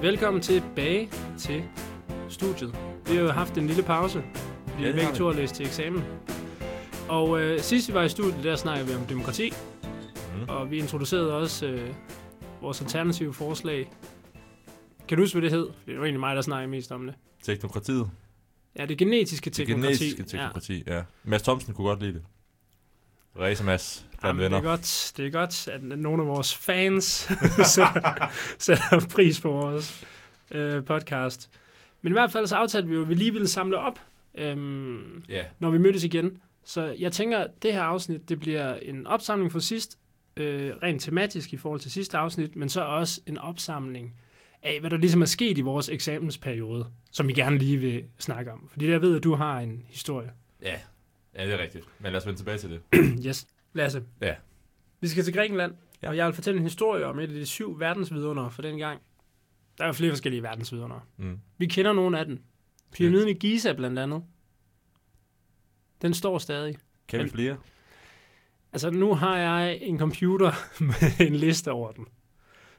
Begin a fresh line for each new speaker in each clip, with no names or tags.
Velkommen tilbage til studiet. Vi har jo haft en lille pause. Vi
Ja,
er
det har
begge
vi.
to og læst til eksamen. Og øh, sidst vi var i studiet, der snakkede vi om demokrati. Mm.
Mhm.
Og vi introducerede også øh, vores alternative forslag. Kan du huske, hvad det hed? Fordi Det var egentlig mig, der snakkede mest om det.
Teknokratiet.
Ja, det genetiske
Det
teknokrati.
genetiske
Ja.
teknokrati, ja. ja. Mads Thomsen kunne godt lide det. Ræse Mads, blandt
Jamen, det
venner.
er godt, det er godt, at nogle af vores fans sætter, sætter pris på vores øh, podcast. Men i hvert fald så aftalte vi jo, at vi lige ville samle op, øhm,
Ja.
når vi mødtes igen. Så jeg tænker, at det her afsnit, det bliver en opsamling fra sidst, øh, rent tematisk i forhold til sidste afsnit, men så også en opsamling af, hvad der ligesom er sket i vores eksamensperiode, som vi gerne lige vil snakke om. Fordi jeg ved, at du har en historie.
ja. Ja, det er rigtigt. Men lad os vende tilbage til det.
Yes. Lasse.
Ja.
Vi skal til Grækenland, ja.
Ja.
og jeg vil fortælle en historie om et af de syv verdensvidundere for den gang. Der er jo flere forskellige verdensvidundere.
Mm.
Vi kender nogle af dem. Pyramiden i Giza blandt andet. Den står stadig.
Kan vi
Men-
flere?
Altså, nu har jeg en computer med en liste over dem.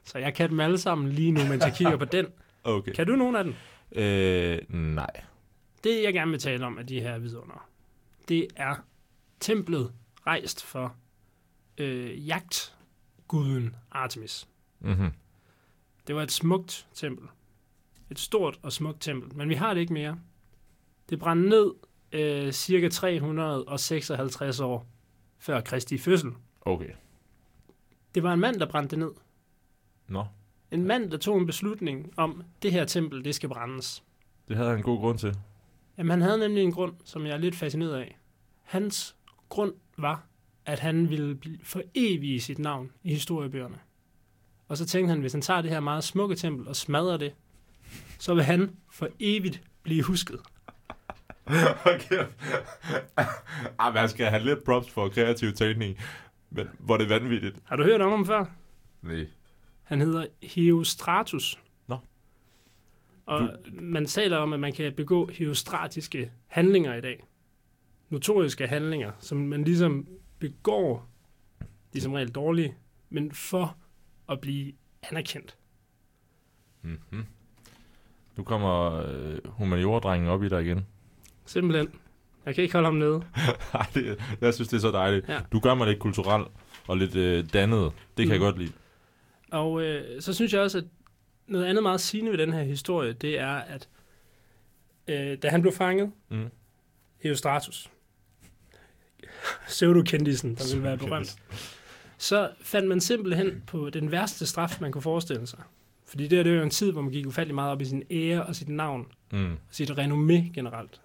Så jeg kan dem alle sammen lige nu, mens jeg kigger på den.
Okay.
Kan du nogen af dem?
Øh, nej.
Det, jeg gerne vil tale om af de her vidunder, det er templet rejst for øh, jagtguden Artemis.
Mm-hmm.
Det var et smukt tempel. Et stort og smukt tempel, men vi har det ikke mere. Det brændte ned øh, cirka 356 år før Kristi fødsel.
Okay.
Det var en mand, der brændte det ned.
Nå,
En mand, der tog en beslutning om, det her tempel, det skal brændes.
det havde han en god grund til.
Jamen, han havde nemlig en grund, som jeg er lidt fascineret af. Hans grund var, at han ville bl- for evigt sit navn i historiebøgerne. Og så tænkte han, hvis han tager det her meget smukke tempel og smadrer det, så vil han for evigt blive husket.
okay. ah, man skal have lidt props for kreativ tænkning. Men hvor er det vanvittigt.
Har du hørt om ham før?
Nej.
Han hedder Heostratus.
Nå.
Og
Du-
man taler om, at man kan begå heostratiske handlinger i dag. Notoriske handlinger, som man ligesom begår, de er som regel dårlige, men for at blive anerkendt.
Mm-hmm. Nu kommer øh, humaniordrengen op i dig igen.
Simpelthen. Jeg kan ikke holde ham nede.
Ej, det, jeg synes, det er så dejligt.
Ja.
Ja. Du gør mig lidt kulturel og lidt øh, dannet. Det kan mm. jeg
Mm.
godt lide.
Og øh, så synes jeg også, at noget andet meget sigende ved den her historie, det er, at øh, da han blev fanget,
Mm.
Heostratus, pseudokendisen, der ville være berømt, så fandt man simpelthen på den værste straf, man kunne forestille sig. Fordi det, her, det var jo en tid, hvor man gik ufattelig meget op i sin ære og sit navn,
Mm.
og sit renommé generelt.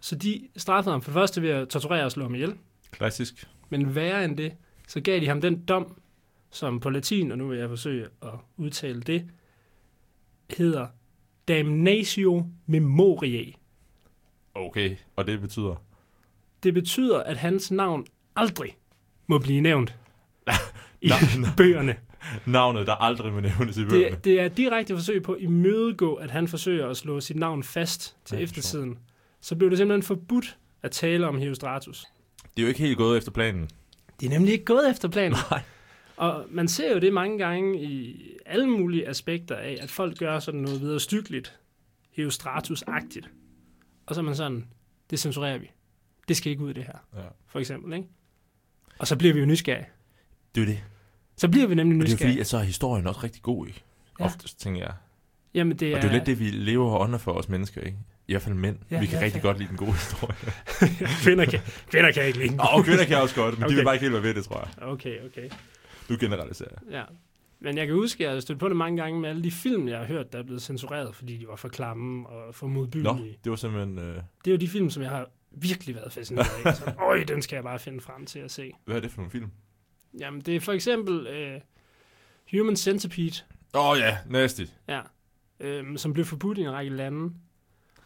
Så de straffede ham for det første ved at torturere og slå ham ihjel.
Klassisk.
Men værre end det, så gav de ham den dom, som på latin, og nu vil jeg forsøge at udtale det, hedder damnatio memoriae.
Okay. Og det betyder...
Det betyder, at hans navn aldrig må blive nævnt i
Nej, nej.
bøgerne.
Navnet, der aldrig må nævnes i bøgerne.
Det, det er et direkte forsøg på at imødegå, at han forsøger at slå sit navn fast til
Ej, hvor sjovt.
eftertiden. Så blev det simpelthen forbudt at tale om Herostratus.
Det er jo ikke helt gået efter planen.
Det er nemlig ikke gået efter planen.
Nej.
Og man ser jo det mange gange i alle mulige aspekter af, at folk gør sådan noget videre styggeligt, Heostratus-agtigt. Og så er man sådan, det censurerer vi. Det skal ikke ud, det her.
Ja.
For eksempel, ikke? Og så bliver vi jo nysgerrige.
Det er jo det.
Så bliver vi nemlig
Og det er jo
nysgerrige.
fordi, at så er historien også rigtig god, ikke?
Ja.
Ja. Oftest, tænker jeg.
Jamen, det er...
Og det er jo lidt det, vi lever og ånder for os mennesker, ikke? I hvert fald mænd.
Ja,
Ja, vi kan
ja,
ja, rigtig
ja.
ja. godt lide den gode historie.
kvinder, kan, kvinder kan ikke lide den.
Nå, Og kvinder kan også godt, men okay. de
Okay.
vil bare ikke helt være ved det, tror jeg.
Okay, okay.
Du generaliserer.
Ja. Men jeg kan huske, at jeg stødte på det mange gange med alle de film, jeg har hørt, der er blevet censureret, fordi de var for klamme og for
Nå,
modbydelige.
det var simpelthen... Øh,
Det er jo de film, som jeg har virkelig været fascineret af. Så, Øj, den skal jeg bare finde frem til at se.
hvad er det for en film?
Jamen, det er for eksempel øh, Human Centipede,
Åh oh, ja, næstigt.
ja, øh, som blev forbudt i en række lande.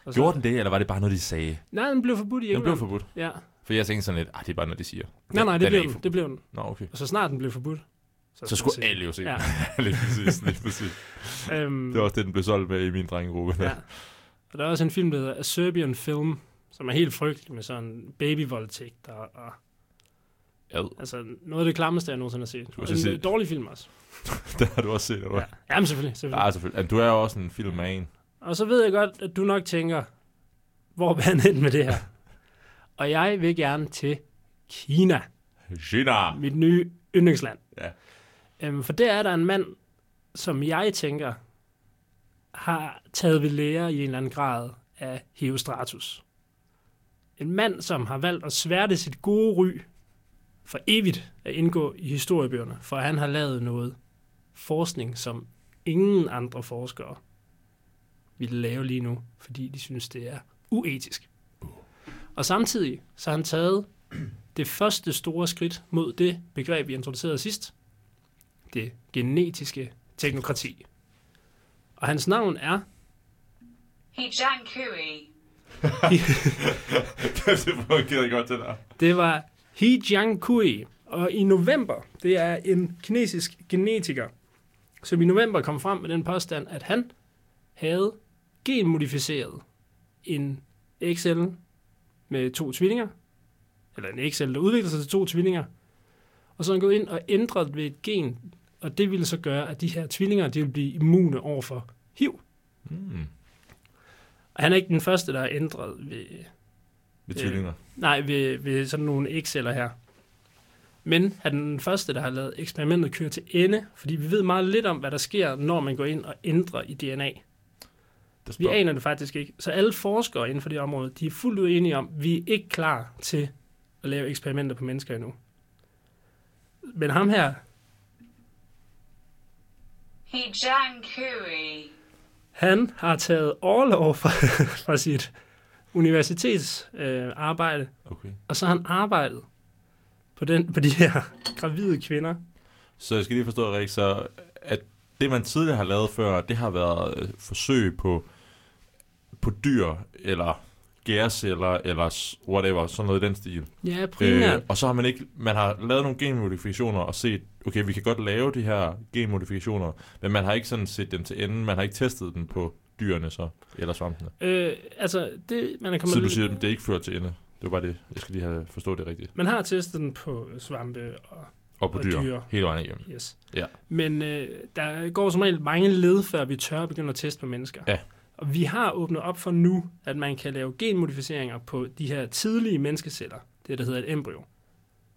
Og
Gjorde den det, eller var det bare noget, de sagde?
Nej, den blev forbudt i
Den blev
England.
forbudt.
ja.
For jeg tænkte sådan lidt, ah, det er bare noget, de siger.
Nej, nej, det
den er
blev
ikke
den. Det blev den.
Nå, okay.
Og så snart den blev forbudt.
Så skulle alle jo se
Ja.
ja. lige præcis, lige præcis.
Øhm,
Det var også det, den blev solgt med i min drengegruppe.
ja. Og der er også en film, der hedder A Serbian Film, som er helt frygtelig med sådan babyvoldtægter og
Ad.
Altså, noget af det klammeste, jeg nogensinde har set.
Du har
Og
så
en
set-
dårlig film også.
Det har du også set, eller
Ja.
hvad?
Jamen, selvfølgelig. selvfølgelig.
Ja. Ah, selvfølgelig. Altså, Du er jo også en filmman.
Og så ved jeg godt, at du nok tænker, hvor er han hen med det her? og jeg vil gerne til Kina,
Gina!
mit nye yndlingsland.
Ah. Ja.
Øhm, for der er der en mand, som jeg tænker, har taget ved lære i en eller anden grad af Herostratus. En mand, som har valgt at sværte sit gode ry for evigt at indgå i historiebøgerne, for han har lavet noget forskning, som ingen andre forskere ville lave lige nu, fordi de synes, det er uetisk. Og samtidig så har han taget det første store skridt mod det begreb, vi introducerede sidst, det genetiske teknokrati. Og hans navn er
Heejang Kui.
det fungerede godt, det der.
Det var He Jiankui. Og i november, det er en kinesisk genetiker, som i november kom frem med den påstand, at han havde genmodificeret en XL med to tvillinger, eller en XL, der udvikler sig til to tvillinger, og så er han gået ind og ændret ved et gen, og det ville så gøre, at de her tvillinger, de ville blive immune over for HIV.
Mm.
Og han er ikke den første, der har ændret ved,
Med
Øh.
tvillinger.
Nej, ved, ved sådan nogle X'er her. Men er den første, der har lavet eksperimentet køre til ende, fordi vi ved meget lidt om, hvad der sker, når man går ind og ændrer i DNA.
Der
Vi
står-
aner det faktisk ikke. Så alle forskere inden for det område, de er fuldt ud enige om, vi er ikke klar til at lave eksperimenter på mennesker endnu. Men ham her,
Heejang Kui.
Han har taget overlov fra, fra sit universitetsarbejde, øh, arbejde,
Okay.
og så har han arbejdet på, den, på de her gravide kvinder.
Så jeg skal lige forstå, Rik, så at det, man tidligere har lavet før, det har været øh, forsøg på, på dyr, eller gærceller, eller s- whatever, sådan noget i den stil.
Ja, primært.
Øh, og så har man ikke, man har lavet nogle genmodifikationer og set, okay, vi kan godt lave de her genmodifikationer, men man har ikke sådan set dem til enden, man har ikke testet dem på dyrene så, eller svampene.
Øh, altså, det, man, er kommet,
Så du siger, at det ikke fører til ende. Det var bare det, jeg skal lige have forstået det rigtigt.
man har testet den på svampe, og,
Og på
Og
dyr,
dyr.
hele vejen igennem.
yes.
Ja.
men øh, der går som regel mange led, før vi tør begynde at teste på mennesker.
Ja.
Og vi har åbnet op for nu, at man kan lave genmodificeringer på de her tidlige menneskeceller, det der hedder et embryo.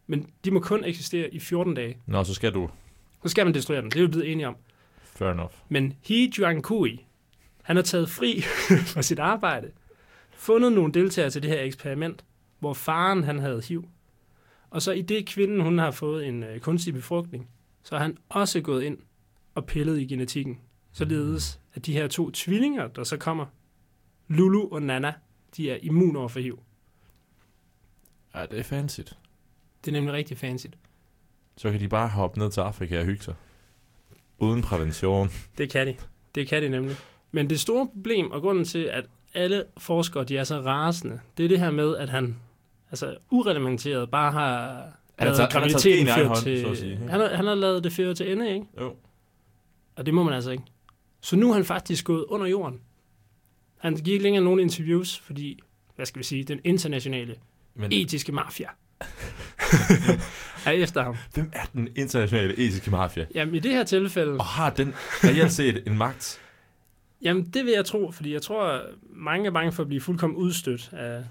Men de må kun eksistere i 14 dage.
Nå, så skal du.
Så skal man destruere dem, det er vi blevet enige om.
Fair enough.
Men He Jiankui, han er taget fri fra sit arbejde, fundet nogle deltagere til det her eksperiment, hvor faren han havde HIV. Og så i det kvinden, hun har fået en øh, kunstig befrugtning, så har han også gået ind og pillet i genetikken. Således at de her to tvillinger, der så kommer, Lulu og Nana, de er immun over for HIV.
Ja, det er fancy.
Det er nemlig rigtig fancy.
Så kan de bare hoppe ned til Afrika og hygge sig. Uden prævention.
Det kan de. Det kan de nemlig. Men det store problem, og grunden til, at alle forskere de er så rasende, det er det her med, at han altså urelementeret bare har
har
lavet
taget- han har taget
graviditeten
skeen i egen
føre
hånd,
til...
så at sige, ikke?
Han, har, han har lavet det føre til ende, ikke?
Jo.
Og det må man altså ikke. Så nu er han faktisk gået under jorden. Han giver ikke længere nogen interviews, fordi, hvad skal vi sige, den internationale
Men
etiske mafia er efter ham.
hvem er den internationale etiske mafia?
Jamen i det her tilfælde...
Og har den reelt set en magt?
Jamen, det vil jeg tro, fordi jeg tror, at mange er bange for at blive fuldkommen udstødt af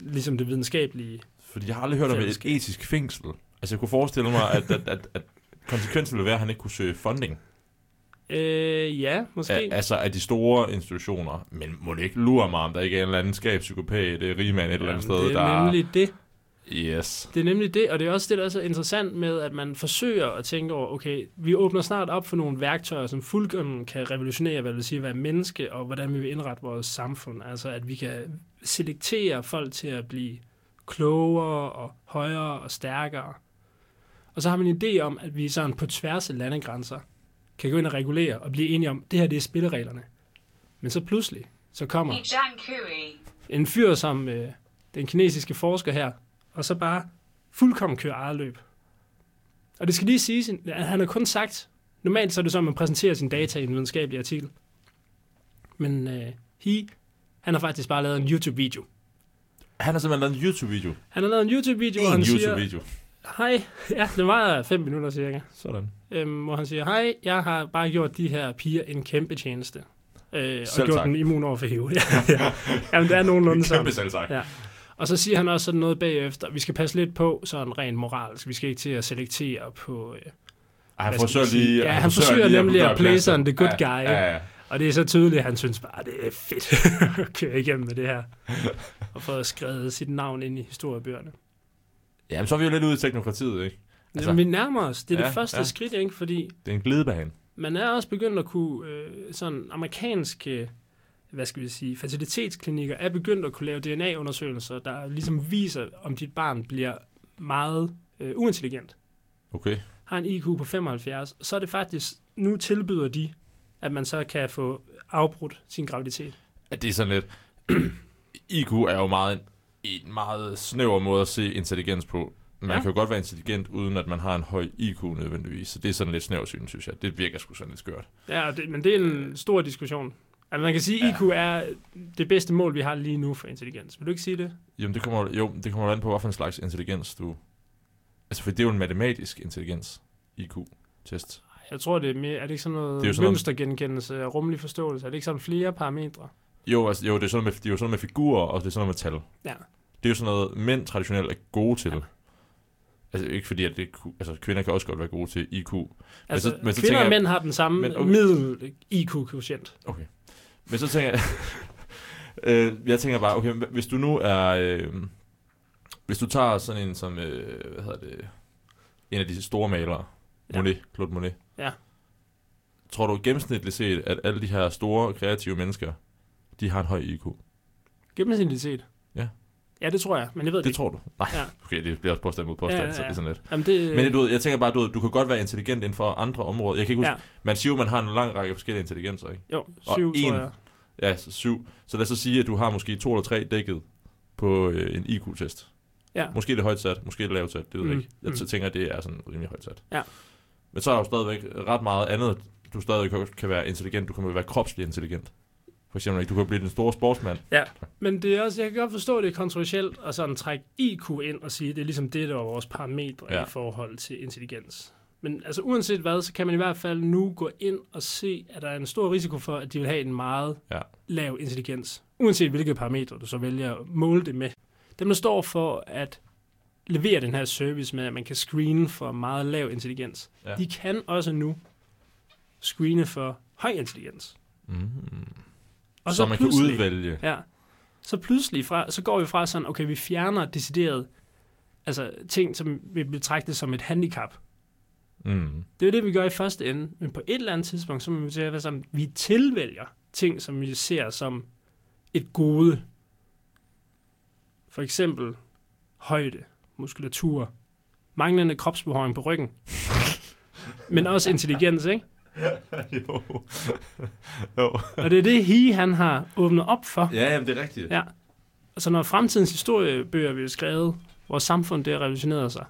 ligesom det videnskabelige.
Fordi jeg har aldrig hørt om et
Fællesskab.
etisk fængsel. Altså, jeg kunne forestille mig, at, at, at, at konsekvensen ville være, at han ikke kunne søge funding
Øh, ja, måske.
af, altså af de store institutioner. Men må det ikke lure mig, om der ikke er en eller anden skabspsykopat, øh, rigmand et eller andet sted,
det er
der...
nemlig det.
Yes.
Det er nemlig det, og det er også det, der er så interessant med, at man forsøger at tænke over, okay, vi åbner snart op for nogle værktøjer, som fuldkommen kan revolutionere, hvad det vil sige at være menneske, og hvordan vi vil indrette vores samfund. Altså, at vi kan selektere folk til at blive klogere og højere og stærkere. Og så har man en idé om, at vi sådan på tværs af landegrænser kan gå ind og regulere og blive enige om, det her det er spillereglerne. Men så pludselig, så kommer
Heejang Kui.
en fyr som øh, den kinesiske forsker her, og så bare fuldkommen kører eget løb. Og det skal lige siges, at han har kun sagt, normalt så er det sådan, at man præsenterer sine data i en videnskabelig artikel. Men øh, he, han har faktisk bare lavet en YouTube-video.
Han har simpelthen lavet en YouTube-video.
Han har lavet en YouTube-video, hvor
En
han siger,
YouTube-video.
hej, ja, det var fem minutter cirka,
Sådan.
øhm, hvor han siger, hej, jeg har bare gjort de her piger en kæmpe tjeneste. Øh, og
Selv
gjort
tak.
dem immun over for HIV. ja, ja. Jamen, det er nogenlunde sådan.
selv sagt.
Ja. Og så siger han også sådan noget bagefter. Vi skal passe lidt på, sådan rent moralsk. Vi skal ikke til at selektere på... Øh,
Ej, han
Hvad skal
forsøger
man sige?
lige...
Ja, han forsøger
lige
nemlig at
gøre
play
pladsen.
sådan the good
Ja,
guy,
Ja, ja.
og det er så tydeligt, at han synes bare, det er fedt at køre igennem med det her. Og få skrevet sit navn ind i historiebøgerne.
Jamen, så er vi jo lidt ude i teknokratiet, ikke?
Altså,
Altså-
Jamen, vi nærmer os. Det er ja,
Ja,
det første ja.
ja.
skridt, ikke? Fordi
Det er en glidebane.
man er også begyndt at kunne... Øh, sådan amerikanske hvad skal vi sige, facilitetsklinikker er begyndt at kunne lave DNA-undersøgelser, der ligesom viser, om dit barn bliver meget øh, uintelligent.
Okay.
har en IQ på 75, så er det faktisk, nu tilbyder de, at man så kan få afbrudt sin graviditet.
At det er sådan lidt... IQ er jo meget en, en meget snæver måde at se intelligens på. Man
Ja.
ja. kan jo godt være intelligent, uden at man har en høj IQ nødvendigvis. Så det er sådan lidt snæversyn, synes jeg. Det virker sgu sådan lidt skørt.
Ja, og det, men det er en stor diskussion. Altså man kan sige, at IQ er det bedste mål, vi har lige nu for intelligens. Vil du ikke sige det?
Jamen, det kommer, jo, det kommer jo an på, hvilken slags intelligens du... Altså, for det er jo en matematisk intelligens, IQ-test.
Jeg tror, det er, mere, er det ikke sådan noget
Det er jo sådan noget-
mønstergenkendelse og rummelig forståelse? Er det ikke sådan flere parametre?
Jo, altså, jo, det er, sådan noget med, det er jo sådan noget med figurer, og det er sådan noget med tal.
Ja.
Det er jo sådan noget, mænd traditionelt er gode til. Altså, ikke fordi, at det, ku- altså, kvinder kan også godt være gode til IQ.
Altså,
så- men så
kvinder
tænker
og
jeg-
mænd har den samme
Men
men,
okay.
middel IQ-koefficient.
Okay. Men så tænker jeg... øh, jeg tænker bare, okay, men hvis du nu er... Øh, hvis du tager sådan en som... Øh, hvad hedder det? En af de store malere.
Ja.
Ja. Monet, Claude Monet.
Ja.
Tror du gennemsnitligt set, at alle de her store, kreative mennesker, de har en høj IQ?
Gennemsnitlighed.
Ja.
Ja, det tror jeg, men jeg ved det,
Det
ikke.
tror du? Nej,
Ja.
okay, det bliver også påstand mod påstand,
Ja, ja,
så det
ja.
er sådan lidt.
Jamen, det,
Men du ved, jeg tænker bare, du, ved, du kan godt være intelligent inden for andre områder. Jeg kan ikke huske,
Ja.
ja. man siger jo, man har en lang række forskellige intelligenser, ikke?
jo,
og
syv, tror
en-
jeg.
Ja, så syv. Så lad os så sige, at du har måske to eller tre dækket på øh, en IQ-test.
Ja.
Måske er det højt sat, måske er det lavt sat, det ved jeg
Mm,
ikke. Jeg
mm.
t- tænker, at det er sådan rimelig højt sat.
Ja.
Men så er der jo stadigvæk ret meget andet, du stadigvæk kan- kan være intelligent. Du kan være kropslig intelligent. For eksempel, ikke? du kan blive den store sportsmand.
Men det er også, jeg kan godt forstå, at det er kontroversielt at sådan trække IQ ind og sige, at det er ligesom det, der var vores parametre ja.
Ja.
i forhold til intelligens. Men altså uanset hvad, så kan man i hvert fald nu gå ind og se, at der er en stor risiko for, at de vil have en meget
Ja.
lav intelligens. Uanset hvilke parametre du så vælger at måle det med. Dem, der står for at levere den her service med, at man kan screene for meget lav intelligens, ja.
Ja.
de kan også nu screene for høj intelligens.
Mm.
Og
Så, så man kan
pludselig-
udvælge.
Ja. Så pludselig fra, så går vi fra sådan, okay, vi fjerner decideret altså, ting, som vi betragter som et handicap.
Mm.
Det er jo det, vi gør i første ende, men på et eller andet tidspunkt, så må vi til at være sammen, vi tilvælger ting, som vi ser som et gode. For eksempel højde, muskulatur, manglende kropsbehøring på ryggen, men også intelligens, ikke?
jo. jo.
Og det er det, he, han har åbnet op for.
Ja, jamen, det er rigtigt.
Ja. Altså når fremtidens historiebøger bliver skrevet, vores samfund det har revolutioneret sig,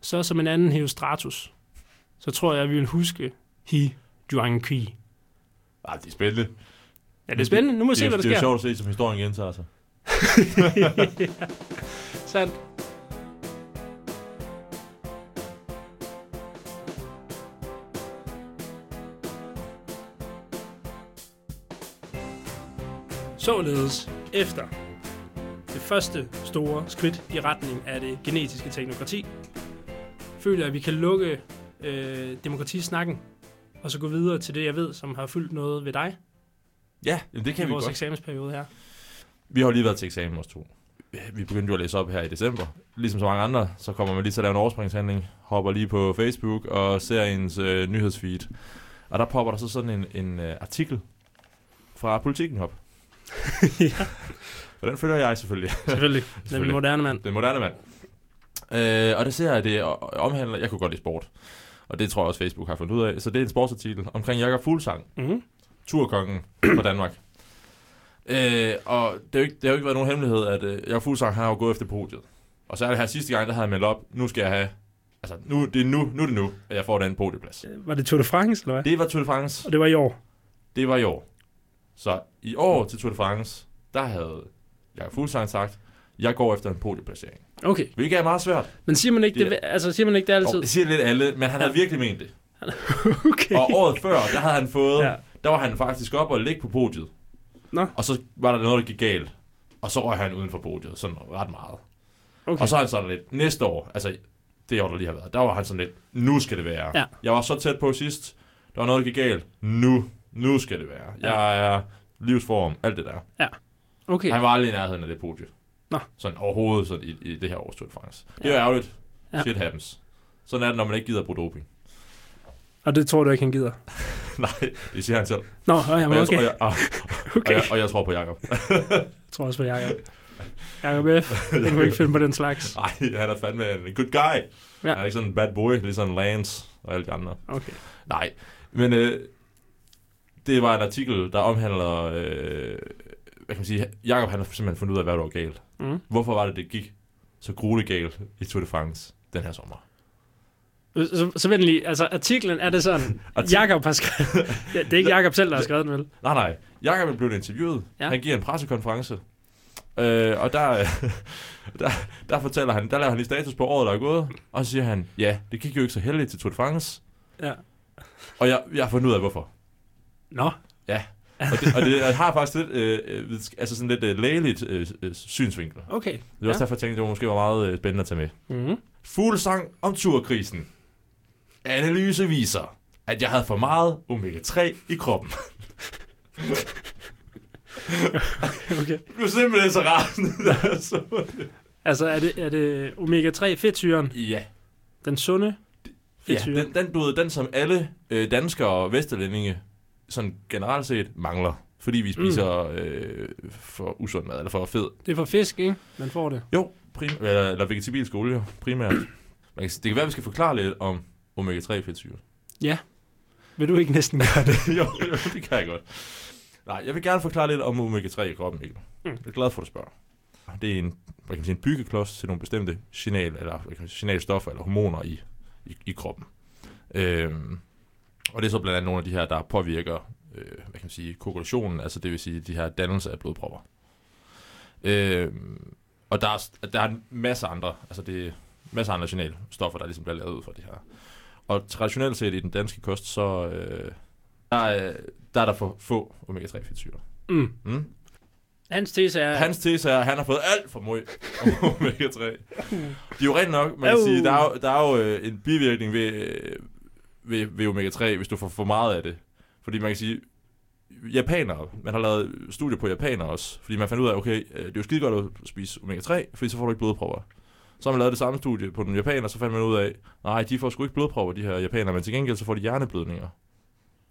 så som en anden Herostratus, så tror jeg, vi vil huske He Juan Qi.
Ah, det er spændende.
Ja, det er spændende. Nu må vi
Det
se,
er,
hvad der
det er jo
sker.
sjovt at se, som historien gentager sig.
Sandt. Således efter det første store skridt i retning af det genetiske teknokrati, føler jeg, at vi kan lukke øh, demokratisnakken, og så gå videre til det, jeg ved, som har fyldt noget ved dig
Ja, jamen, det kan
i
vi
vores
godt.
eksamensperiode her.
Vi har jo lige været til eksamen os to. Vi begyndte jo at læse op her i december. Ligesom så mange andre, så kommer man lige til at lave en overspringshandling, hopper lige på Facebook og ser ens øh, nyhedsfeed. Og der popper der så sådan en, en øh, artikel fra Politiken op.
Ja.
Og den følger jeg selvfølgelig,
Selvfølgelig. Den
Selvfølgelig.
moderne mand.
den moderne mand. Øh, og det ser jeg, det o- omhandler, jeg kunne godt lide sport. Og det tror jeg også Facebook har fundet ud af. Så det er en sportsartikel omkring Jakob Fuglsang.
Mm-hmm.
turkongen fra Danmark. Øh, og det har, jo ikke, det har jo ikke været nogen hemmelighed, at øh, Jakob Fuglsang har jo gået efter podiet. Og så er det her sidste gang, der havde jeg meldt op, nu skal jeg have, altså nu, det er nu, nu er det nu, at jeg får den podieplads.
Øh, Var det Tour de France, eller hvad?
Det var Tour de France,
Og det var i år.
det var i år. Så i år til Tour de France, der havde Jakob Fuglsang sagt, Jeg går efter en podieplacering.
Okay,
Hvilket er meget svært.
men siger man ikke, det,
Det
altså, siger man ikke det altid?
Og det siger lidt alle, men han havde virkelig ment det.
okay.
Og året før, der havde han fået,
Ja.
ja. der var han faktisk op og ligge på podiet.
Nå.
Og så var der noget, der gik galt. Og så røg han uden for podiet, sådan ret meget.
Okay.
Okay. Og så er han sådan lidt, næste år, altså det år, der lige har været, der var han sådan lidt, nu skal det være.
Ja.
Jeg var så tæt på sidst, der var noget, der gik galt. Nu, nu skal det være.
Ja.
Jeg er livsform, alt det der.
Okay,
Han var aldrig i nærheden af det podie.
Nå.
Sådan overhovedet sådan i, i det her års Tour de France. Det
Ja.
er jo ærgerligt.
Ja.
Ja. Shit happens. Sådan er det, når man ikke gider at bruge doping.
og det tror du ikke, han gider?
Nej, det siger han selv.
Nå, øh, jamen,
Og jeg,
okay.
og, jeg, og, og,
okay.
jeg, og jeg tror på Jakob.
Jeg tror også på Jacob. Jacob F., han kunne ikke finde på den slags.
Nej, han er fandme en good guy.
Ja.
Ja. Han er ikke sådan en bad boy, ligesom Lance og alle de andre.
Okay.
Nej, men øh, det var en artikel, der omhandler... Øh, hvad kan man sige? Jakob han har simpelthen fundet ud af, hvad der var galt.
Mm.
Hvorfor var det, det gik så grueligt galt i Tour de France den her sommer?
Så, så vent lige, altså artiklen er det sådan,
Artik-
Jakob har skrevet, ja, det er ikke Jakob selv, der har skrevet den, vel?
Nej, nej. Jakob er blevet interviewet.
Ja.
Ja. Han giver en pressekonference. Øh, og der, øh, der, der fortæller han, der laver han lige status på året, der er gået. Og så siger han, ja, det gik jo ikke så heldigt til Tour de France.
Ja.
Og jeg, jeg har fundet ud af, hvorfor.
Nå,
Og det, og det har faktisk lidt, øh, øh, vidensk- altså sådan lidt øh, lægeligt øh, øh, synsvinkel. Det
okay.
er også derfor, jeg tænkte, det var måske var meget øh, spændende at tage med.
Mm-hmm.
Fuglesang om turkrisen. Analyse viser, at jeg havde for meget omega-3 i kroppen.
okay.
Det var simpelthen så rasende. da jeg så det.
Altså er det, er det omega-3 fedtsyren,
ja.
den sunde
Ja,
fedtsyre?
den, den, du ved, den som alle øh, danskere og vesterlændinge sådan generelt set mangler. Fordi vi spiser mm. øh, for usund mad, eller for fed.
Det er for fisk, ikke? Man får det.
Jo, prim- eller, eller vegetabilsk olie primært. Man kan, s- det kan være, vi skal forklare lidt om omega-3 fedtsyre.
Vil du ikke næsten gøre det?
jo, jo, det kan jeg godt. Nej, jeg vil gerne forklare lidt om omega-3 i kroppen, Mikkel. Mm. Jeg er glad for, at du spørger. Det er en, hvad kan man sige, en byggeklods til nogle bestemte signal, eller, hvad kan man sige, signalstoffer eller hormoner i, i, i kroppen. Øhm, og det er så blandt andet nogle af de her, der påvirker øh, hvad kan man sige, koagulationen, altså det vil sige de her dannelse af blodpropper. Øhm, og der er, s- der er en masse andre, altså det er masser af andre signalstoffer, der ligesom bliver lavet ud fra det her. Og traditionelt set i den danske kost, så øh, der, er, der er der for få omega-3 fedtsyrer.
Mm.
Mm?
Hans tese er...
Hans tese er, at han har fået alt for meget omega-3. Det er jo rent nok, man kan
Au.
sige, der er, jo- der er jo øh, en bivirkning ved, øh, ved, ved omega-3, hvis du får for meget af det. Fordi man kan sige, japanere, man har lavet studier på japanere også, fordi man fandt ud af, okay, øh, det er jo skide godt at spise omega-3, fordi så får du ikke blodpropper. Så har man lavet det samme studie på nogle japanere, så fandt man ud af, nej, de får sgu ikke blodpropper, de her japanere, men til gengæld så får de hjerneblødninger.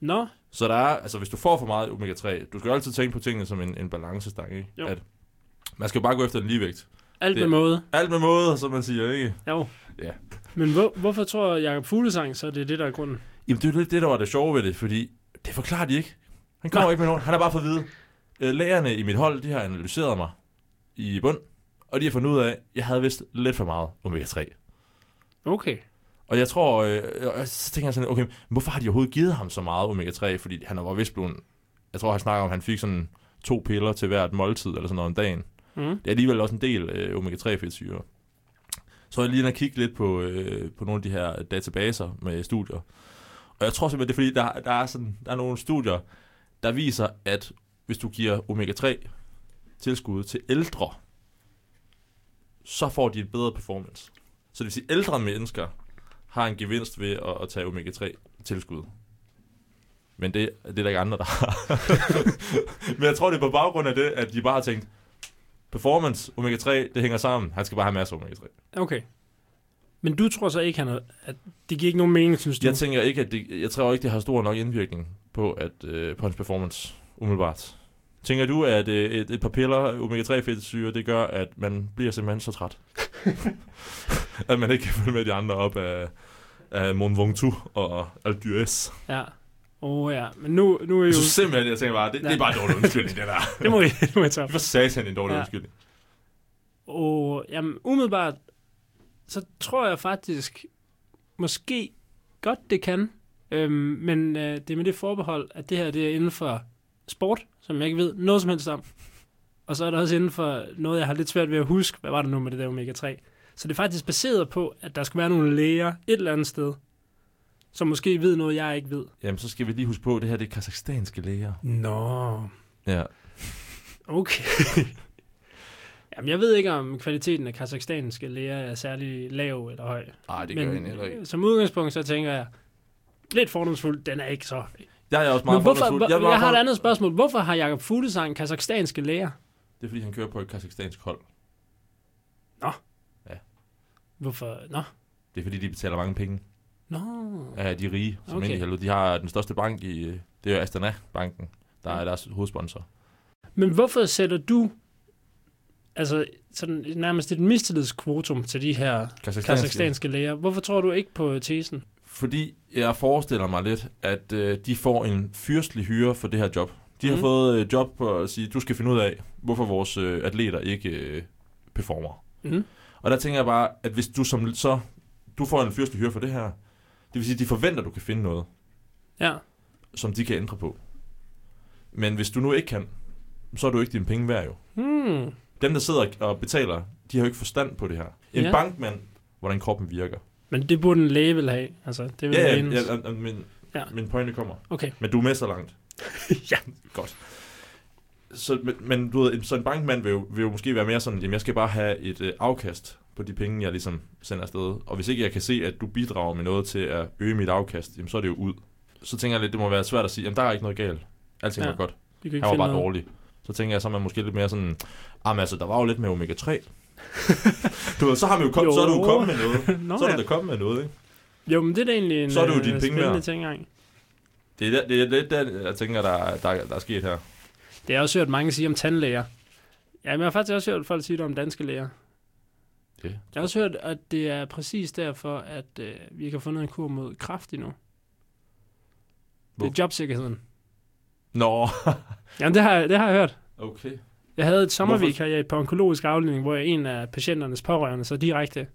Nå,
Så der er, altså hvis du får for meget omega-3, du skal jo altid tænke på tingene som en, en balancestang, ikke?
Jo.
At man skal jo bare gå efter en ligevægt.
alt
Det-
med måde.
Alt med måde, som man siger, ikke?
Jo.
Ja.
Men hvor, hvorfor tror Jakob Fuglesang så, det er det, der er grunden?
Jamen det er jo lidt det, der var det sjove ved det, fordi det forklarer de ikke. Han kommer
Nej.
ikke med nogen. Han har bare fået at vide, øh, lægerne i mit hold, de har analyseret mig i bund, og de har fundet ud af, at jeg havde vist lidt for meget omega-3.
Okay.
Og jeg tror, øh, og så tænker jeg sådan, okay, men hvorfor har de overhovedet givet ham så meget omega-3? Fordi han var vist blevet, jeg tror, han snakker om, at han fik sådan to piller til hvert måltid, eller sådan noget om dagen.
Mm.
Det er alligevel også en del øh, omega-3-fedtsyre. Så er jeg lige inde og kigge lidt på, øh, på nogle af de her databaser med studier. Og jeg tror simpelthen, det er fordi, der, der, er sådan, der er nogle studier, der viser, at hvis du giver omega-3 tilskud til ældre, så får de en bedre performance. Så det vil sige, at ældre mennesker har en gevinst ved at, at tage omega-3 tilskud. Men det, det er der ikke andre, der har. Men jeg tror, det er på baggrund af det, at de bare har tænkt, performance, omega-3, det hænger sammen. Han skal bare have masser af omega-3.
Okay. Men du tror så ikke, han er, at det giver ikke nogen mening, synes du?
Jeg tænker ikke, at det, jeg tror ikke, det har stor nok indvirkning på, at, øh, på hans performance, umiddelbart. Tænker du, at øh, et, et par piller omega-3 fedtsyre, det gør, at man bliver simpelthen så træt? at man ikke kan følge med de andre op af, af Mon Vong Tu og Al Dyes.
Ja. Åh oh, ja, men nu, nu er jo...
Jeg synes simpelthen, jeg tænker bare, det, det er bare en dårlig undskyldning, det der.
Det må jeg, det må jeg tage.
Det var satan en dårlig
Ja.
ja. undskyldning.
Og jamen, umiddelbart, så tror jeg faktisk, måske godt det kan, øhm, men øh, det er med det forbehold, at det her det er inden for sport, som jeg ikke ved noget som helst om. Og så er der også inden for noget, jeg har lidt svært ved at huske, hvad var det nu med det der omega-3? Så det er faktisk baseret på, at der skal være nogle læger et eller andet sted, som måske ved noget, jeg ikke ved.
Jamen, så skal vi lige huske på, at det her det er kazakhstanske læger.
Nå,
Ja.
Okay. Jamen, jeg ved ikke, om kvaliteten af kazakhstanske læger er særlig lav eller høj.
Nej, det gør jeg heller ikke.
øh, som udgangspunkt, så tænker jeg, lidt fordomsfuldt, den er ikke så... Men
Der er jeg også meget
hvorfor,
fordomsfuld.
hvor,
er
jeg,
meget
jeg har et
for-
andet spørgsmål. Hvorfor har Jakob Fuglesang kazakhstanske læger?
Det er, fordi han kører på et kazakhstansk hold.
Hvorfor? Nå.
Det er, fordi de betaler mange penge.
Nå.
Ja, de er rige, som
Okay.
okay. helvede. De har den største bank i, øh, det er jo Astana-banken, der er deres hovedsponsor.
Men hvorfor sætter du altså sådan nærmest et mistillidskvotum til de her kazakhstanske læger? Hvorfor tror du ikke på tesen?
Fordi jeg forestiller mig lidt, at øh, de får en fyrstelig hyre for det her job. De har
Mhm.
fået øh, job på at sige, du skal finde ud af, hvorfor vores øh, atleter ikke øh, performer.
Mm.
Og der tænker jeg bare, at hvis du som så, du får en fyrstelig hyre for det her, det vil sige, at de forventer, at du kan finde noget,
Ja.
som de kan ændre på. Men hvis du nu ikke kan, så er du ikke dine penge værd jo.
Hmm.
Dem, der sidder og betaler, de har jo ikke forstand på det her.
Ja.
En ja. bankmand, hvordan kroppen virker.
Men det burde en læge vel have. Altså, det vil
Ja, ja,
lægen-
ja, ja, min,
Ja.
ja. min pointe kommer.
Okay.
Men du er med så langt.
Ja.
Godt. Så, men, men du ved, en- så en bankmand vil jo, vil jo måske være mere sådan, jamen jeg skal bare have et øh, afkast på de penge, jeg ligesom sender afsted. Og hvis ikke jeg kan se, at du bidrager med noget til at øge mit afkast, jamen så er det jo ud. Så tænker jeg lidt, det må være svært at sige, jamen der er ikke noget galt. Alting
Ja.
ja. var godt.
Vi kan ikke
Han var
finde
bare
noget.
dårlig. Så tænker jeg, så er man måske lidt mere sådan, jamen altså, der var jo lidt med omega-3. du ved, så, har man jo kom,
Jo.
så er du jo kommet med noget.
Nå,
så er
ja.
du da kommet med noget, ikke?
Jo, men det er da egentlig en
Så er det jo
øh,
dine penge
spændende
værd.
ting engang.
Det er, der- det er lidt der, jeg tænker, der, der, der er sket her.
Det har jeg også hørt mange sige om tandlæger. Ja, men jeg har faktisk også hørt folk sige det om danske læger.
Det.
Jeg har også hørt, at det er præcis derfor, at øh, vi ikke har fundet en kur mod kræft endnu. Det
Hvor-
er jobsikkerheden.
Nå,
Jamen, det har, jeg- det har jeg hørt.
okay.
Jeg havde et sommervikariat på onkologisk afdeling, hvor en af patienternes pårørende så direkte altså,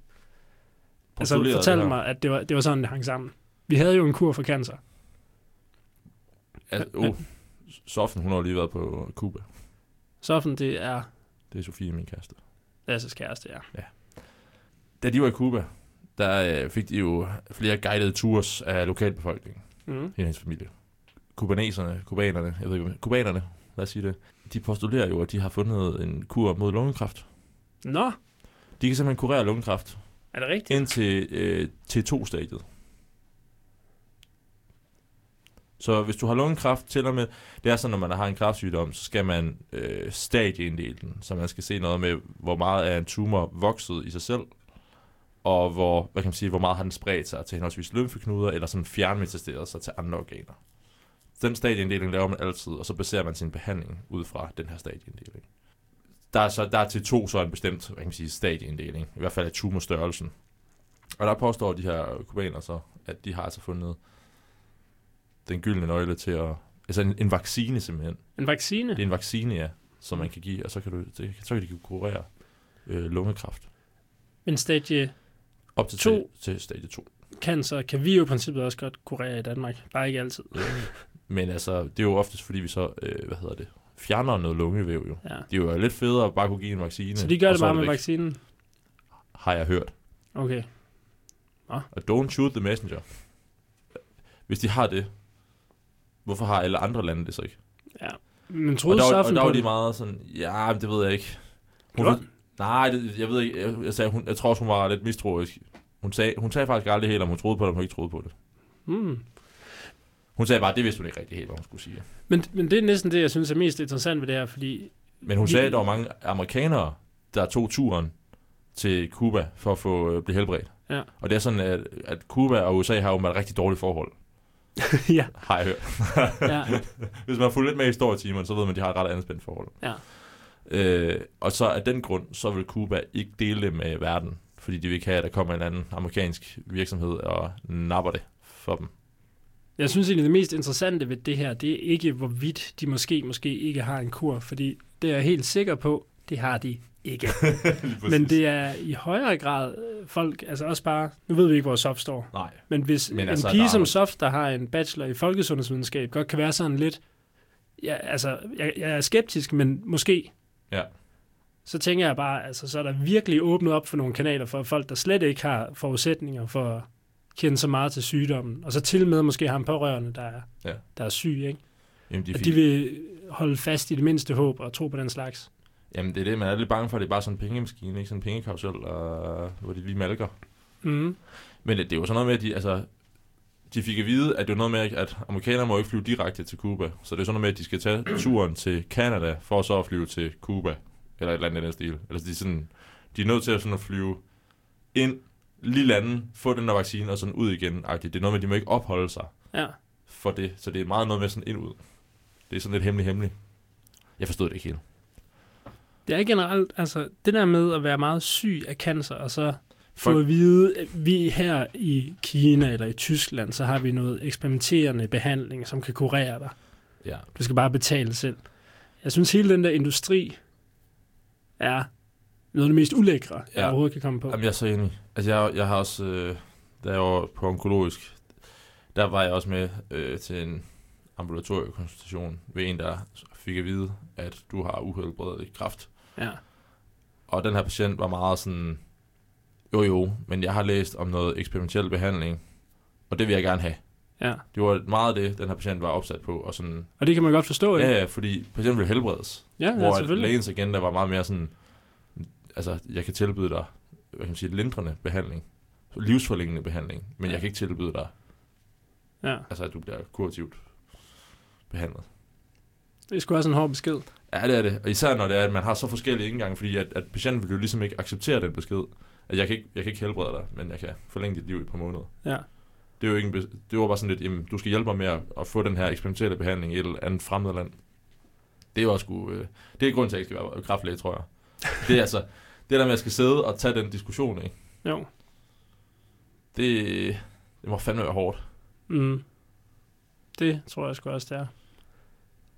Postuleret
fortalte
det her.
mig, at det var, det var sådan, det hang sammen. Vi havde jo en kur for cancer.
Altså, oh, Soffen, hun har jo lige været på Cuba.
Soffen, det er
Det er Sofie, min kæreste.
Lasses kæreste, ja.
Da de var i Cuba, der øh, fik de jo flere guidede tours af lokalbefolkningen,
Mm.
hele hendes familie. Kubaneserne, kubanerne, jeg ved ikke, hvad- kubanerne, lad os sige det, de postulerer jo, at de har fundet en kur mod lungekræft.
Nå,
De kan simpelthen kurere lungekræft
er det rigtigt?
indtil øh, T2-stadiet. Så hvis du har lungekræft til og med, det er sådan, når man har en kræftsygdom, så skal man øh, stadieindele den, så man skal se noget med, hvor meget er en tumor vokset i sig selv, og hvor, hvad kan man sige, hvor meget har den spredt sig til henholdsvis lymfeknuder, eller sådan fjernmetasteret sig til andre organer. Den stadieinddeling laver man altid, og så baserer man sin behandling ud fra den her stadieinddeling. Der er, så, der er til to så en bestemt hvad kan man sige, stadieinddeling, i hvert fald af tumorstørrelsen. Og der påstår de her kubaner så, at de har altså fundet den gyldne nøgle til at... Altså en, en vaccine simpelthen.
En vaccine?
Det er en vaccine, ja, som man kan give, og så kan, du, så kan- så kan de kunne kurere øh, lungekræft.
En stadie
Op til,
To.
Til, til stadie 2.
cancer kan vi jo i princippet også godt kurere i Danmark. Bare ikke altid.
Men altså, det er jo oftest, fordi vi så, øh, hvad hedder det, fjerner noget lungevæv jo.
Ja.
Det er jo lidt federe at bare kunne give en vaccine.
Så de gør
og
det
er
bare med
væk,
vaccinen?
Har jeg hørt.
Okay.
Og don't shoot the messenger. Hvis de har det, hvorfor har alle andre lande det så ikke?
Men
Og
troede
der, var- og
Soffen
der var
på
de
det?
meget sådan, ja, men det ved jeg ikke. Hun,
Gjorde
nej, det, jeg ved ikke. Jeg, jeg, sagde, hun, jeg tror også, hun var lidt mistroisk. Hun sagde, hun sagde faktisk aldrig helt, om hun troede på det, om hun ikke troede på det.
Mm.
Hun sagde bare, det vidste hun ikke rigtig helt, hvad hun skulle sige.
Men, men det er næsten det, jeg synes er mest interessant ved det her, fordi
Men hun
Vi-
sagde, at der var mange amerikanere, der tog turen til Cuba for at få, øh, blive helbredt.
Ja.
Og det er sådan, at, at Cuba og USA har jo et rigtig dårligt forhold,
ja,
har jeg hørt.
ja,
Hvis man har fulgt lidt med i historietimerne, så ved man, at de har et ret anspændt forhold.
Ja.
Øh, og så af den grund, så vil Cuba ikke dele det med verden, fordi de vil ikke have, at der kommer en anden amerikansk virksomhed og napper det for dem.
jeg synes egentlig, det mest interessante ved det her, det er ikke, hvorvidt de måske, måske ikke har en kur, fordi det er jeg helt sikker på, det har de ikke. men det er i højere grad øh, folk, altså også bare, nu ved vi ikke, hvor Soft står,
Nej.
Men hvis
Men
men altså,
altså,
en pige
der er
som
jo-
Soft, der har en bachelor i folkesundhedsvidenskab, godt kan være sådan lidt, ja, altså, jeg, jeg er skeptisk, men måske,
Ja.
Så tænker jeg bare, altså, så er der virkelig åbnet op for nogle kanaler for folk, der slet ikke har forudsætninger for at kende så meget til sygdommen. Og så til med måske ham pårørende, der er,
Ja.
der er syg, ikke?
Jamen, de
At de vil holde fast i det mindste håb og tro på den slags.
Jamen, det er det, man er lidt bange for, at det er bare sådan en pengemaskine, ikke? Sådan en pengekarusel, og, hvor de lige malker.
Mm.
Men det er jo sådan noget med, at de, altså, de fik at vide, at det er noget med, at amerikanere må ikke flyve direkte til Cuba. Så det er sådan noget med, at de skal tage turen til Canada, for så at flyve til Cuba, eller et eller andet i den stil. Eller de, er sådan, de er nødt til at, sådan at flyve ind, lige lande, få den der vaccine, og sådan ud igen. -agtigt. Det er noget med, at de må ikke opholde sig
Ja.
for det. Så det er meget noget med sådan ind ud. Det er sådan lidt hemmelig hemmelig. Jeg forstod det ikke helt.
Det er generelt, altså det der med at være meget syg af cancer, og så få
Folk-
at vide, at vi her i Kina eller i Tyskland, så har vi noget eksperimenterende behandling, som kan kurere dig.
Ja.
Du skal bare betale selv. Jeg synes, hele den der industri er noget af det mest ulækre, ja.
Ja.
jeg overhovedet kan komme på.
Jamen, jeg er så enig. Altså, jeg, jeg har også, øh, da jeg var på onkologisk, der var jeg også med øh, til en ambulatoriekonsultation ved en, der fik at vide, at du har uhelbredelig kræft.
Ja.
Og den her patient var meget sådan, jo jo, men jeg har læst om noget eksperimentel behandling, og det vil jeg gerne have.
ja.
Det var meget det, den her patient var opsat på, og sådan,
Og det kan man godt forstå, ikke?
ja, ja fordi patienten ville helbredes.
ja, ja
Hvor at
selvfølgelig.
lægens agenda var meget mere sådan, altså, jeg kan tilbyde dig, hvad kan man sige, lindrende behandling, livsforlængende behandling, men
Ja.
jeg kan ikke tilbyde dig,
Ja.
altså, at du bliver kurativt behandlet.
Det er sgu også en hård besked.
Ja, det er det. Og især når det er, at man har så forskellige indgange, fordi at, at patienten vil jo ligesom ikke acceptere den besked, at jeg kan, ikke, jeg kan ikke helbrede dig, men jeg kan forlænge dit liv i et par måneder.
Ja.
Det, er jo ikke en, bes- det var bare sådan lidt, jamen, du skal hjælpe mig med at, at få den her eksperimentelle behandling i et eller andet fremmed land. Det er jo også sgu, øh, det er grund til, at jeg ikke skal være kraftlæge, tror jeg. Det er altså, det der med, at jeg skal sidde og tage den diskussion, ikke?
Jo.
Det, det må fandme være hårdt.
Mm. Det tror jeg sgu også, det er.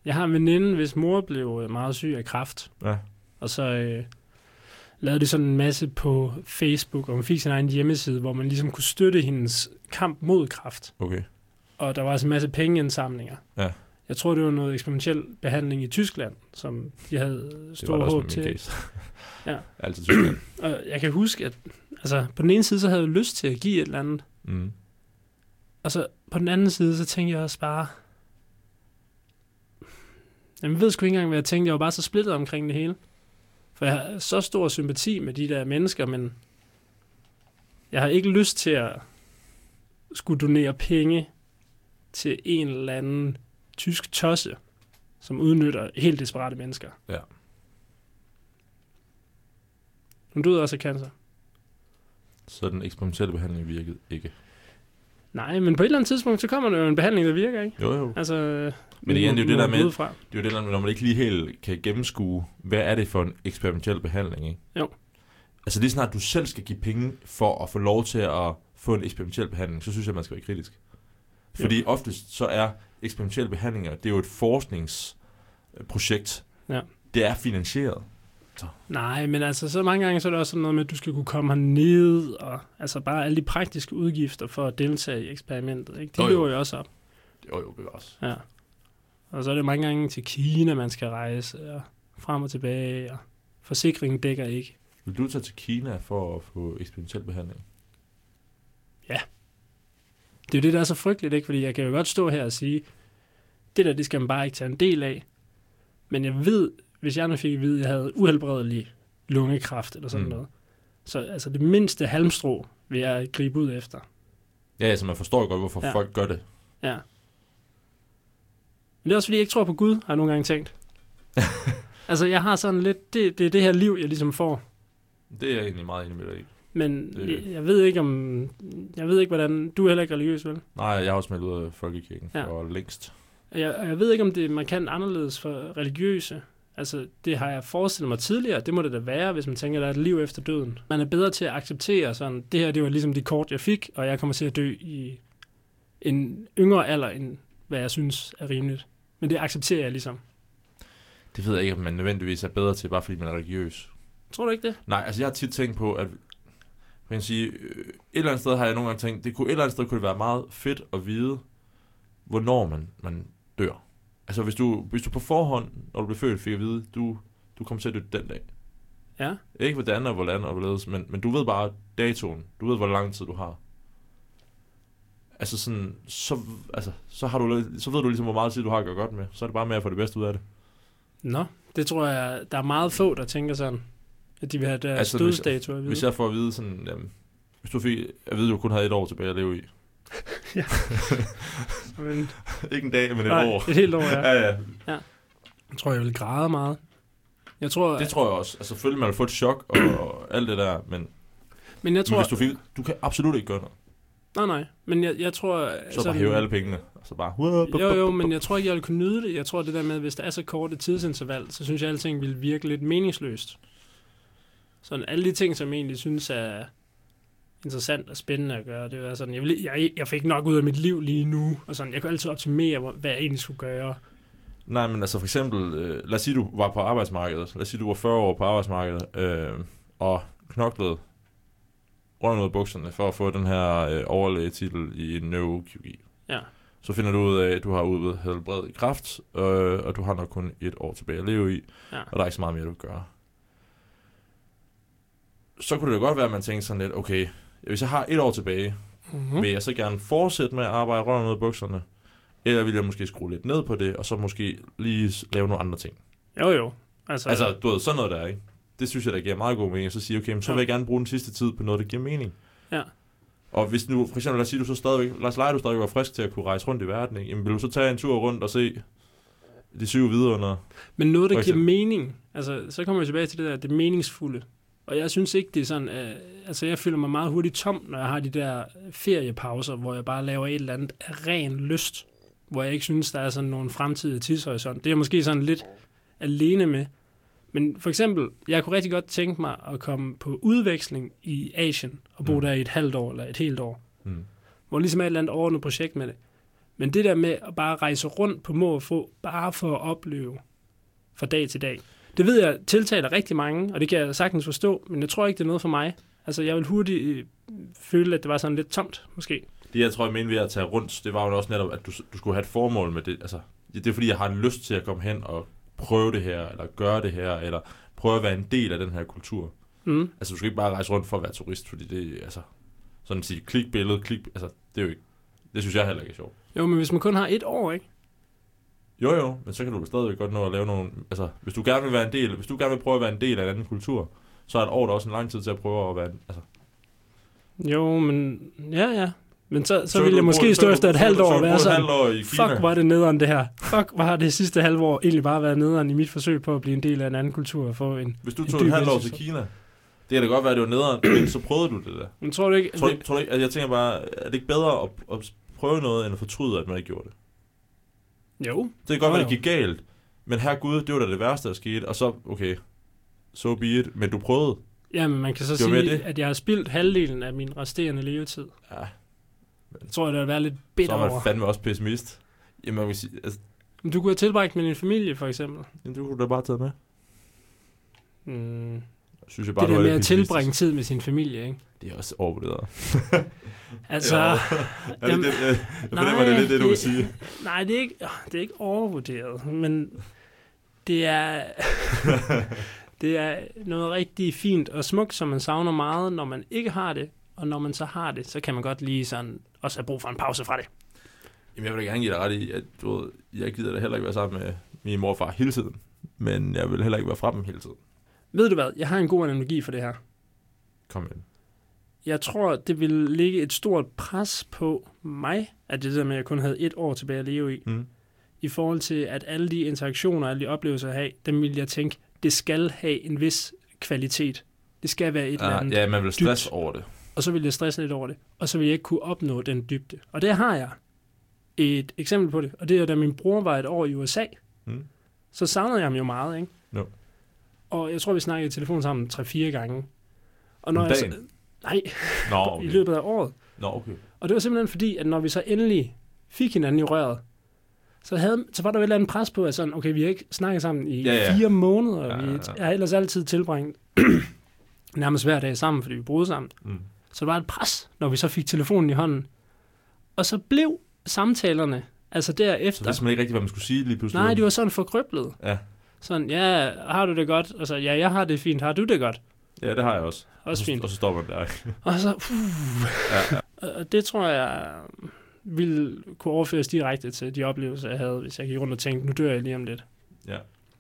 Jeg har en veninde, hvis mor blev øh, meget syg af kræft,
Ja.
og så øh, lavede de sådan en masse på Facebook, og hun fik sin egen hjemmeside, hvor man ligesom kunne støtte hendes kamp mod kræft.
Okay.
Og der var også en masse pengeindsamlinger.
Ja.
Jeg tror, det var noget eksperimentel behandling i Tyskland, som de havde
Det var
stor
det også
håb
med min
til.
case.
Ja.
Altid tyskland.
Og jeg kan huske, at altså, på den ene side, så havde jeg lyst til at give et eller andet,
Mm.
Og så på den anden side, så tænkte jeg også bare... Jamen, jeg ved sgu ikke engang, hvad jeg tænkte. Jeg var bare så splittet omkring det hele. For jeg har så stor sympati med de der mennesker, men jeg har ikke lyst til at skulle donere penge til en eller anden tysk tosse, som udnytter helt desperate mennesker.
Ja.
Hun døde også af cancer.
Så den eksperimentelle behandling virkede ikke.
Nej, men på et eller andet tidspunkt, så kommer der jo en behandling, der virker, ikke?
Jo, jo.
Altså,
Men igen, det er jo det der med-
Fra.
Det er jo det, der- når man ikke lige helt kan gennemskue, hvad er det for en eksperimentel behandling, ikke?
Jo.
Altså lige snart du selv skal give penge for at få lov til at få en eksperimentel behandling, så synes jeg, man skal være kritisk. Fordi jo. oftest så er eksperimentelle behandlinger, det er jo et forskningsprojekt.
Ja.
Det er finansieret.
Nej, men altså så mange gange så er det også sådan noget med, at du skal kunne komme herned, og altså bare alle de praktiske udgifter for at deltage i eksperimentet, ikke?
Jo,
De
jo.
løber jo også op.
Jo, jo, bevares.
Ja. Og så er det mange gange til Kina, man skal rejse, og frem og tilbage, og forsikringen dækker ikke.
Vil du tage til Kina for at få eksperimentel behandling?
Det er jo det, der er så frygteligt, ikke? Fordi jeg kan jo godt stå her og sige, det der, det skal man bare ikke tage en del af. Men jeg ved, hvis jeg nu fik at vide, at jeg havde uhelbredelig lungekræft eller sådan
Mm.
mm. noget, så altså det mindste halmstrå vil jeg gribe ud efter.
Ja, altså man forstår godt, hvorfor ja.
Ja.
folk gør det.
Ja. Men det er også fordi, jeg ikke tror på Gud, har jeg nogle gange tænkt. altså, jeg har sådan lidt, det, det er det her liv, jeg ligesom får.
Det er jeg egentlig meget enig med dig i.
Men
Det-
jeg, jeg ved ikke om, jeg ved ikke hvordan, du er heller ikke religiøs, vel?
Nej, jeg har også meldt ud af folkekirken ja.
Ja.
for længst.
Og Jeg, og jeg ved ikke om det er markant anderledes for religiøse. Altså, det har jeg forestillet mig tidligere, det må det da være, hvis man tænker, at der er et liv efter døden. Man er bedre til at acceptere sådan, det her, det var ligesom de kort, jeg fik, og jeg kommer til at dø i en yngre alder, end hvad jeg synes er rimeligt. Men det accepterer jeg ligesom.
Det ved jeg ikke, om man nødvendigvis er bedre til, bare fordi man er religiøs.
Tror du ikke det?
Nej, altså jeg har tit tænkt på, at man kan sige, øh, et eller andet sted har jeg nogle gange tænkt, det kunne, et eller andet sted kunne det være meget fedt at vide, hvornår man, man dør. Altså hvis du, hvis du på forhånd, når du blev født, fik at vide, du Du kommer til at dø den dag.
Ja.
Ikke hvordan og hvordan og hvorledes, men, men du ved bare datoen. Du ved, hvor lang tid du har. Altså sådan, så, altså, så, har du, så ved du ligesom, hvor meget tid du har at gøre godt med. Så er det bare med at få det bedste ud af det.
Nå, det tror jeg, der er meget få, der tænker sådan, at de vil have deres
Altså,
altså,
hvis-
dødsdato at vide.
Hvis jeg får at vide sådan, jamen, hvis du fik at vide, at du kun havde et år tilbage at leve i.
Men,
Ikke en dag, men et
nej,
år.
et helt år, ja.
Ja, ja.
Jeg tror, jeg vil græde meget. Jeg tror,
Det
det
tror jeg også. Altså selvfølgelig, man vil få et chok og, og alt det der, men,
men jeg
jeg tror,
tror...
men hvis du fik, du kan absolut ikke gøre noget.
Nej, nej. Men jeg, jeg tror...
Så altså, bare hæve alle pengene, og så bare...
Jo, jo, men jeg tror ikke, jeg ville kunne nyde det. Jeg tror, det der med, at hvis der er så kort et tidsinterval, så synes jeg, at alting ville virke lidt meningsløst. Sådan alle de ting, som jeg egentlig synes er interessant og spændende at gøre, det var sådan, jeg, ville, jeg, jeg fik nok ud af mit liv lige nu, og sådan, jeg kunne altid optimere, hvor- hvad jeg egentlig skulle gøre.
Nej, men altså for eksempel, øh, lad os sige, du var på arbejdsmarkedet. Lad os sige, du var 40 år på arbejdsmarkedet, øh, og knoklede rundt ud af bukserne for at få den her øh, overlægetitel i neurokirurgi.
Ja.
Så finder du ud af, at du har udbredt kræft, øh, og du har nok kun et år tilbage at leve i,
Ja.
og der er ikke så meget mere, du kan gøre. Så kunne det da godt være, at man tænkte sådan lidt, okay, hvis jeg har et år tilbage,
Mm-hmm.
Vil jeg så gerne fortsætte med at arbejde røven ud af bukserne? Eller vil jeg måske skrue lidt ned på det, og så måske lige s- lave nogle andre ting?
Jo, jo. Altså,
Altså, du ved, sådan noget der, ikke? Det synes jeg, der giver meget god mening. Så sige, okay, men så
Ja.
vil jeg gerne bruge den sidste tid på noget, der giver mening.
Ja.
Og hvis nu, for eksempel, lad os sige, du så stadigvæk, lad os lege, du stadigvæk var frisk til at kunne rejse rundt i verden, ikke? Jamen, vil du så tage en tur rundt og se de syv vidunder?
Men noget, der
For
giver
eksempel-
mening, altså, så kommer jeg tilbage til det der, det meningsfulde. Og jeg synes ikke, det er sådan, øh, altså jeg føler mig meget hurtigt tom, når jeg har de der feriepauser, hvor jeg bare laver et eller andet af ren lyst, hvor jeg ikke synes, der er sådan nogen fremtidige tidshorisont. Det er jeg måske sådan lidt alene med. Men for eksempel, jeg kunne rigtig godt tænke mig at komme på udveksling i Asien og bo
Mm.
mm. der i et halvt år eller et helt år
Hmm.
hvor ligesom er et eller andet overordnet projekt med det. Men det der med at bare rejse rundt på må og få, bare for at opleve fra dag til dag, det ved jeg tiltaler rigtig mange, og det kan jeg sagtens forstå, men jeg tror ikke, det er noget for mig. Altså, jeg vil hurtigt øh, føle, at det var sådan lidt tomt, måske.
Det, jeg tror, jeg mente ved at tage rundt, det var jo også netop, at du, du skulle have et formål med det. Altså, det er fordi, jeg har en lyst til at komme hen og prøve det her, eller gøre det her, eller prøve at være en del af den her kultur.
Mm.
Altså, du skal ikke bare rejse rundt for at være turist, fordi det altså, sådan at sige, klik billede, klik, altså, det er jo ikke, det synes jeg heller ikke er sjovt.
Jo, men hvis man kun har et år, ikke?
Jo, jo, men så kan du vel stadigvæk godt nå at lave nogle, altså, hvis du gerne vil være en del, hvis du gerne vil prøve at være en del af en anden kultur, så er et år da også en lang tid til at prøve at være, en- altså,
Jo, men ja, ja. Men så, så, så
vil
ville
du
jeg måske
bruge- så
stå
vil du-
efter et
så vil
halvt
du-
år
så vil
og
du bruge
være
et
sådan,
halvt år i Kina.
fuck, hvor er det nederen, det her. Fuck, hvor har det sidste halve år egentlig bare været nederen i mit forsøg på at blive en del af en anden kultur og få en...
Hvis du
En
tog et
dyb
halvt år til
indsigt.
Kina, det kan da godt være, at det var nederen, men så prøvede du det der.
Men tror du ikke...
Tror du, ikke- tror du ikke, altså, jeg tænker bare, er det ikke bedre at, at prøve noget, end at fortryde, at man ikke gjorde det?
Jo,
Det kan godt være,
Jo,
det gik galt, men her gud, det var da det værste, der skete, og så, okay, so be it, men du prøvede.
Ja, men man kan så
Det var mere
sige, det.
det.
at jeg har spildt halvdelen af min resterende levetid.
Ja,
Jeg tror, det vil være lidt
så
bitter
er man
over.
fandme også pessimist. Jamen, man kan sige, altså,
Men du kunne have tilbragt med din familie, for eksempel.
jamen, det kunne du da bare tage med.
Mm.
Synes jeg bare,
Det der
var
med
lidt
at
pessimistisk.
tilbringe tid med sin familie, ikke?
Det er også overvurderet.
Altså,
Ja. Er det
Jamen,
det, jeg, jeg fornemmer, det er lidt det, du vil
det-
sige.
nej, det er, ikke, åh, det er ikke overvurderet, men det er, det er noget rigtig fint og smukt, som man savner meget, når man ikke har det. Og når man så har det, så kan man godt lige sådan også have brug for en pause fra det.
Jamen, jeg vil da gerne give dig ret i, at du ved, jeg gider da heller ikke være sammen med min mor og far hele tiden. Men jeg vil heller ikke være fra dem hele tiden.
Ved du hvad? Jeg har en god analogi for det her.
Kom ind.
Jeg tror, det ville ligge et stort pres på mig, at det der med, at jeg kun havde et år tilbage at leve i,
Mm.
i forhold til, at alle de interaktioner, alle de oplevelser, jeg har, dem ville jeg tænke, det skal have en vis kvalitet. Det skal være et eller
Ja,
andet.
Ah, ja, man vil stress
dybt.
over det.
Og så ville jeg stresse lidt over det, og så ville jeg ikke kunne opnå den dybde. Og der har jeg et eksempel på det, og det er, da min bror var et år i USA,
Mm.
så savnede jeg ham jo meget, ikke?
Jo.
Og jeg tror, vi snakkede i telefon sammen 3-4 gange. Og
Om
når jeg så,
dagen?
nej,
Nå,
okay. altså, i
okay.
løbet af året,
Nå, okay.
Og det var simpelthen fordi, at når vi så endelig fik hinanden i røret, så, havde, så var der jo et eller andet pres på, at sådan, okay, vi har ikke snakket sammen i
Ja,
ja,
ja.
ja. fire måneder,
Ja,
ja,
ja,
ja, ja.
ja.
vi har ellers altid tilbringet nærmest hver dag sammen, fordi vi boede sammen.
Mm.
Så der var et pres, når vi så fik telefonen i hånden. Og så blev samtalerne, altså
Så
derefter,
vidste man ikke rigtigt, hvad man skulle sige lige pludselig.
nej, de var sådan forkryblet.
Ja.
Sådan, ja, har du det godt? Og så, ja, jeg har det fint. Har du det godt?
Ja, det har jeg også. Og
Også
så,
fint.
og så står man der.
Og så, uh,
ja, ja.
og og det tror jeg ville kunne overføres direkte til de oplevelser, jeg havde, hvis jeg gik rundt og tænkte, nu dør jeg lige om lidt.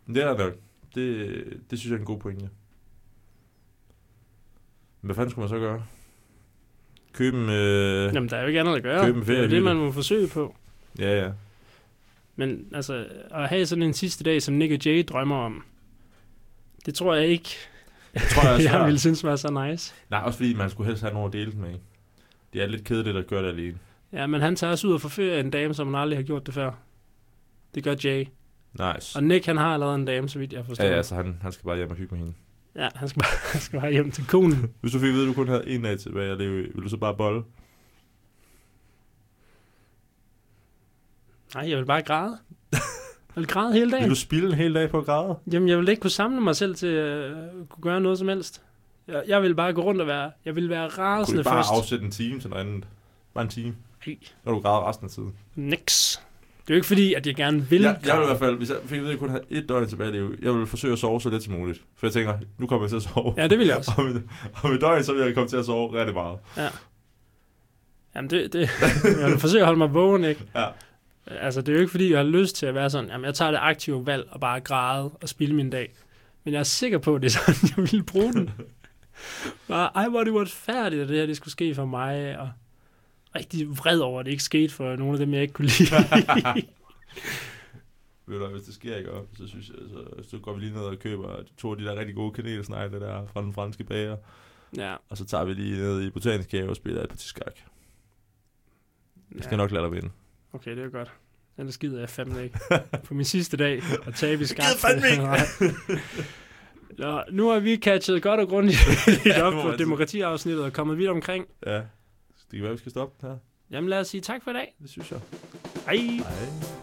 Men Det er der nok. Det, det synes jeg er en god pointe. Men Hvad fanden skulle man så gøre? Købe en... Øh...
Jamen, der er jo ikke andet at gøre.
Køb en
Det er jo det,
feriehytte.
man må forsøge på.
Ja, ja.
Men altså, at have sådan en sidste dag, som Nick og Jay drømmer om, det tror jeg ikke,
Det tror jeg, er
jeg
svært.
ville synes var så nice.
Nej, også fordi man skulle helst have nogen at dele det med. ikke? Det er lidt kedeligt at gøre det alene.
Ja, men han tager også ud og forfører en dame, som han aldrig har gjort det før. Det gør Jay.
Nice.
Og Nick, han har allerede en dame, så vidt jeg forstår.
Ja, ja, så han, han skal bare hjem og hygge med hende.
ja han, skal bare, han skal bare hjem til konen.
Hvis du fik at vide, at du kun havde en dag tilbage at leve i, ville du så bare bolle?
Nej, jeg vil bare græde. Jeg vil græde hele
Vil
dagen.
du spille en hel dag på at græde?
Jamen, jeg vil ikke kunne samle mig selv til at uh, kunne gøre noget som helst. Jeg, jeg vil bare gå rundt og være... Jeg vil være
Kunne
rasende
du bare
først.
afsætte en time til noget andet? Bare en time,
Nej,
når du græder resten af tiden.
Niks. Det er jo ikke fordi, at jeg gerne vil.
Jeg, jeg ville i hvert fald, hvis jeg fik at vide, at jeg kun havde et døgn tilbage at leve, i, jeg ville forsøge at sove så lidt som muligt. For jeg tænker, nu kommer jeg til at sove.
Ja, det vil jeg også.
Om et, om et døgn, så vil jeg komme til at sove rigtig meget.
Jamen, det, det, jeg vil forsøge at holde mig vågen, ikke?
Ja.
Altså, det er jo ikke, fordi jeg har lyst til at være sådan, jamen, jeg tager det aktive valg og bare græde og spille min dag. Men jeg er sikker på, at det er sådan, jeg ville bruge den. Bare, ej, hvor er det uretfærdigt, at det her det skulle ske for mig, og rigtig vred over, at det ikke skete for nogle af dem, jeg ikke kunne lide.
Ved du, hvad, hvis det sker ikke op, så, synes jeg, så, så går vi lige ned og køber to af de der rigtig gode kanelsnegle der fra den franske bager.
ja,
Og så tager vi lige ned i botanisk have og spiller et parti skak. Jeg skal
ja.
nok lade dig vinde.
Okay, det er godt. Ellers gider jeg fandme ikke. På min sidste dag at tabe i skarpt.
gider fandme ikke.
Nå, nu har vi catchet godt og grundigt op
nu må
på
man sige.
demokratiafsnittet og kommet vidt omkring.
Ja. Det kan være, vi skal stoppe den her.
Jamen lad os sige tak for i dag.
Det synes jeg.
Hej.
Ej.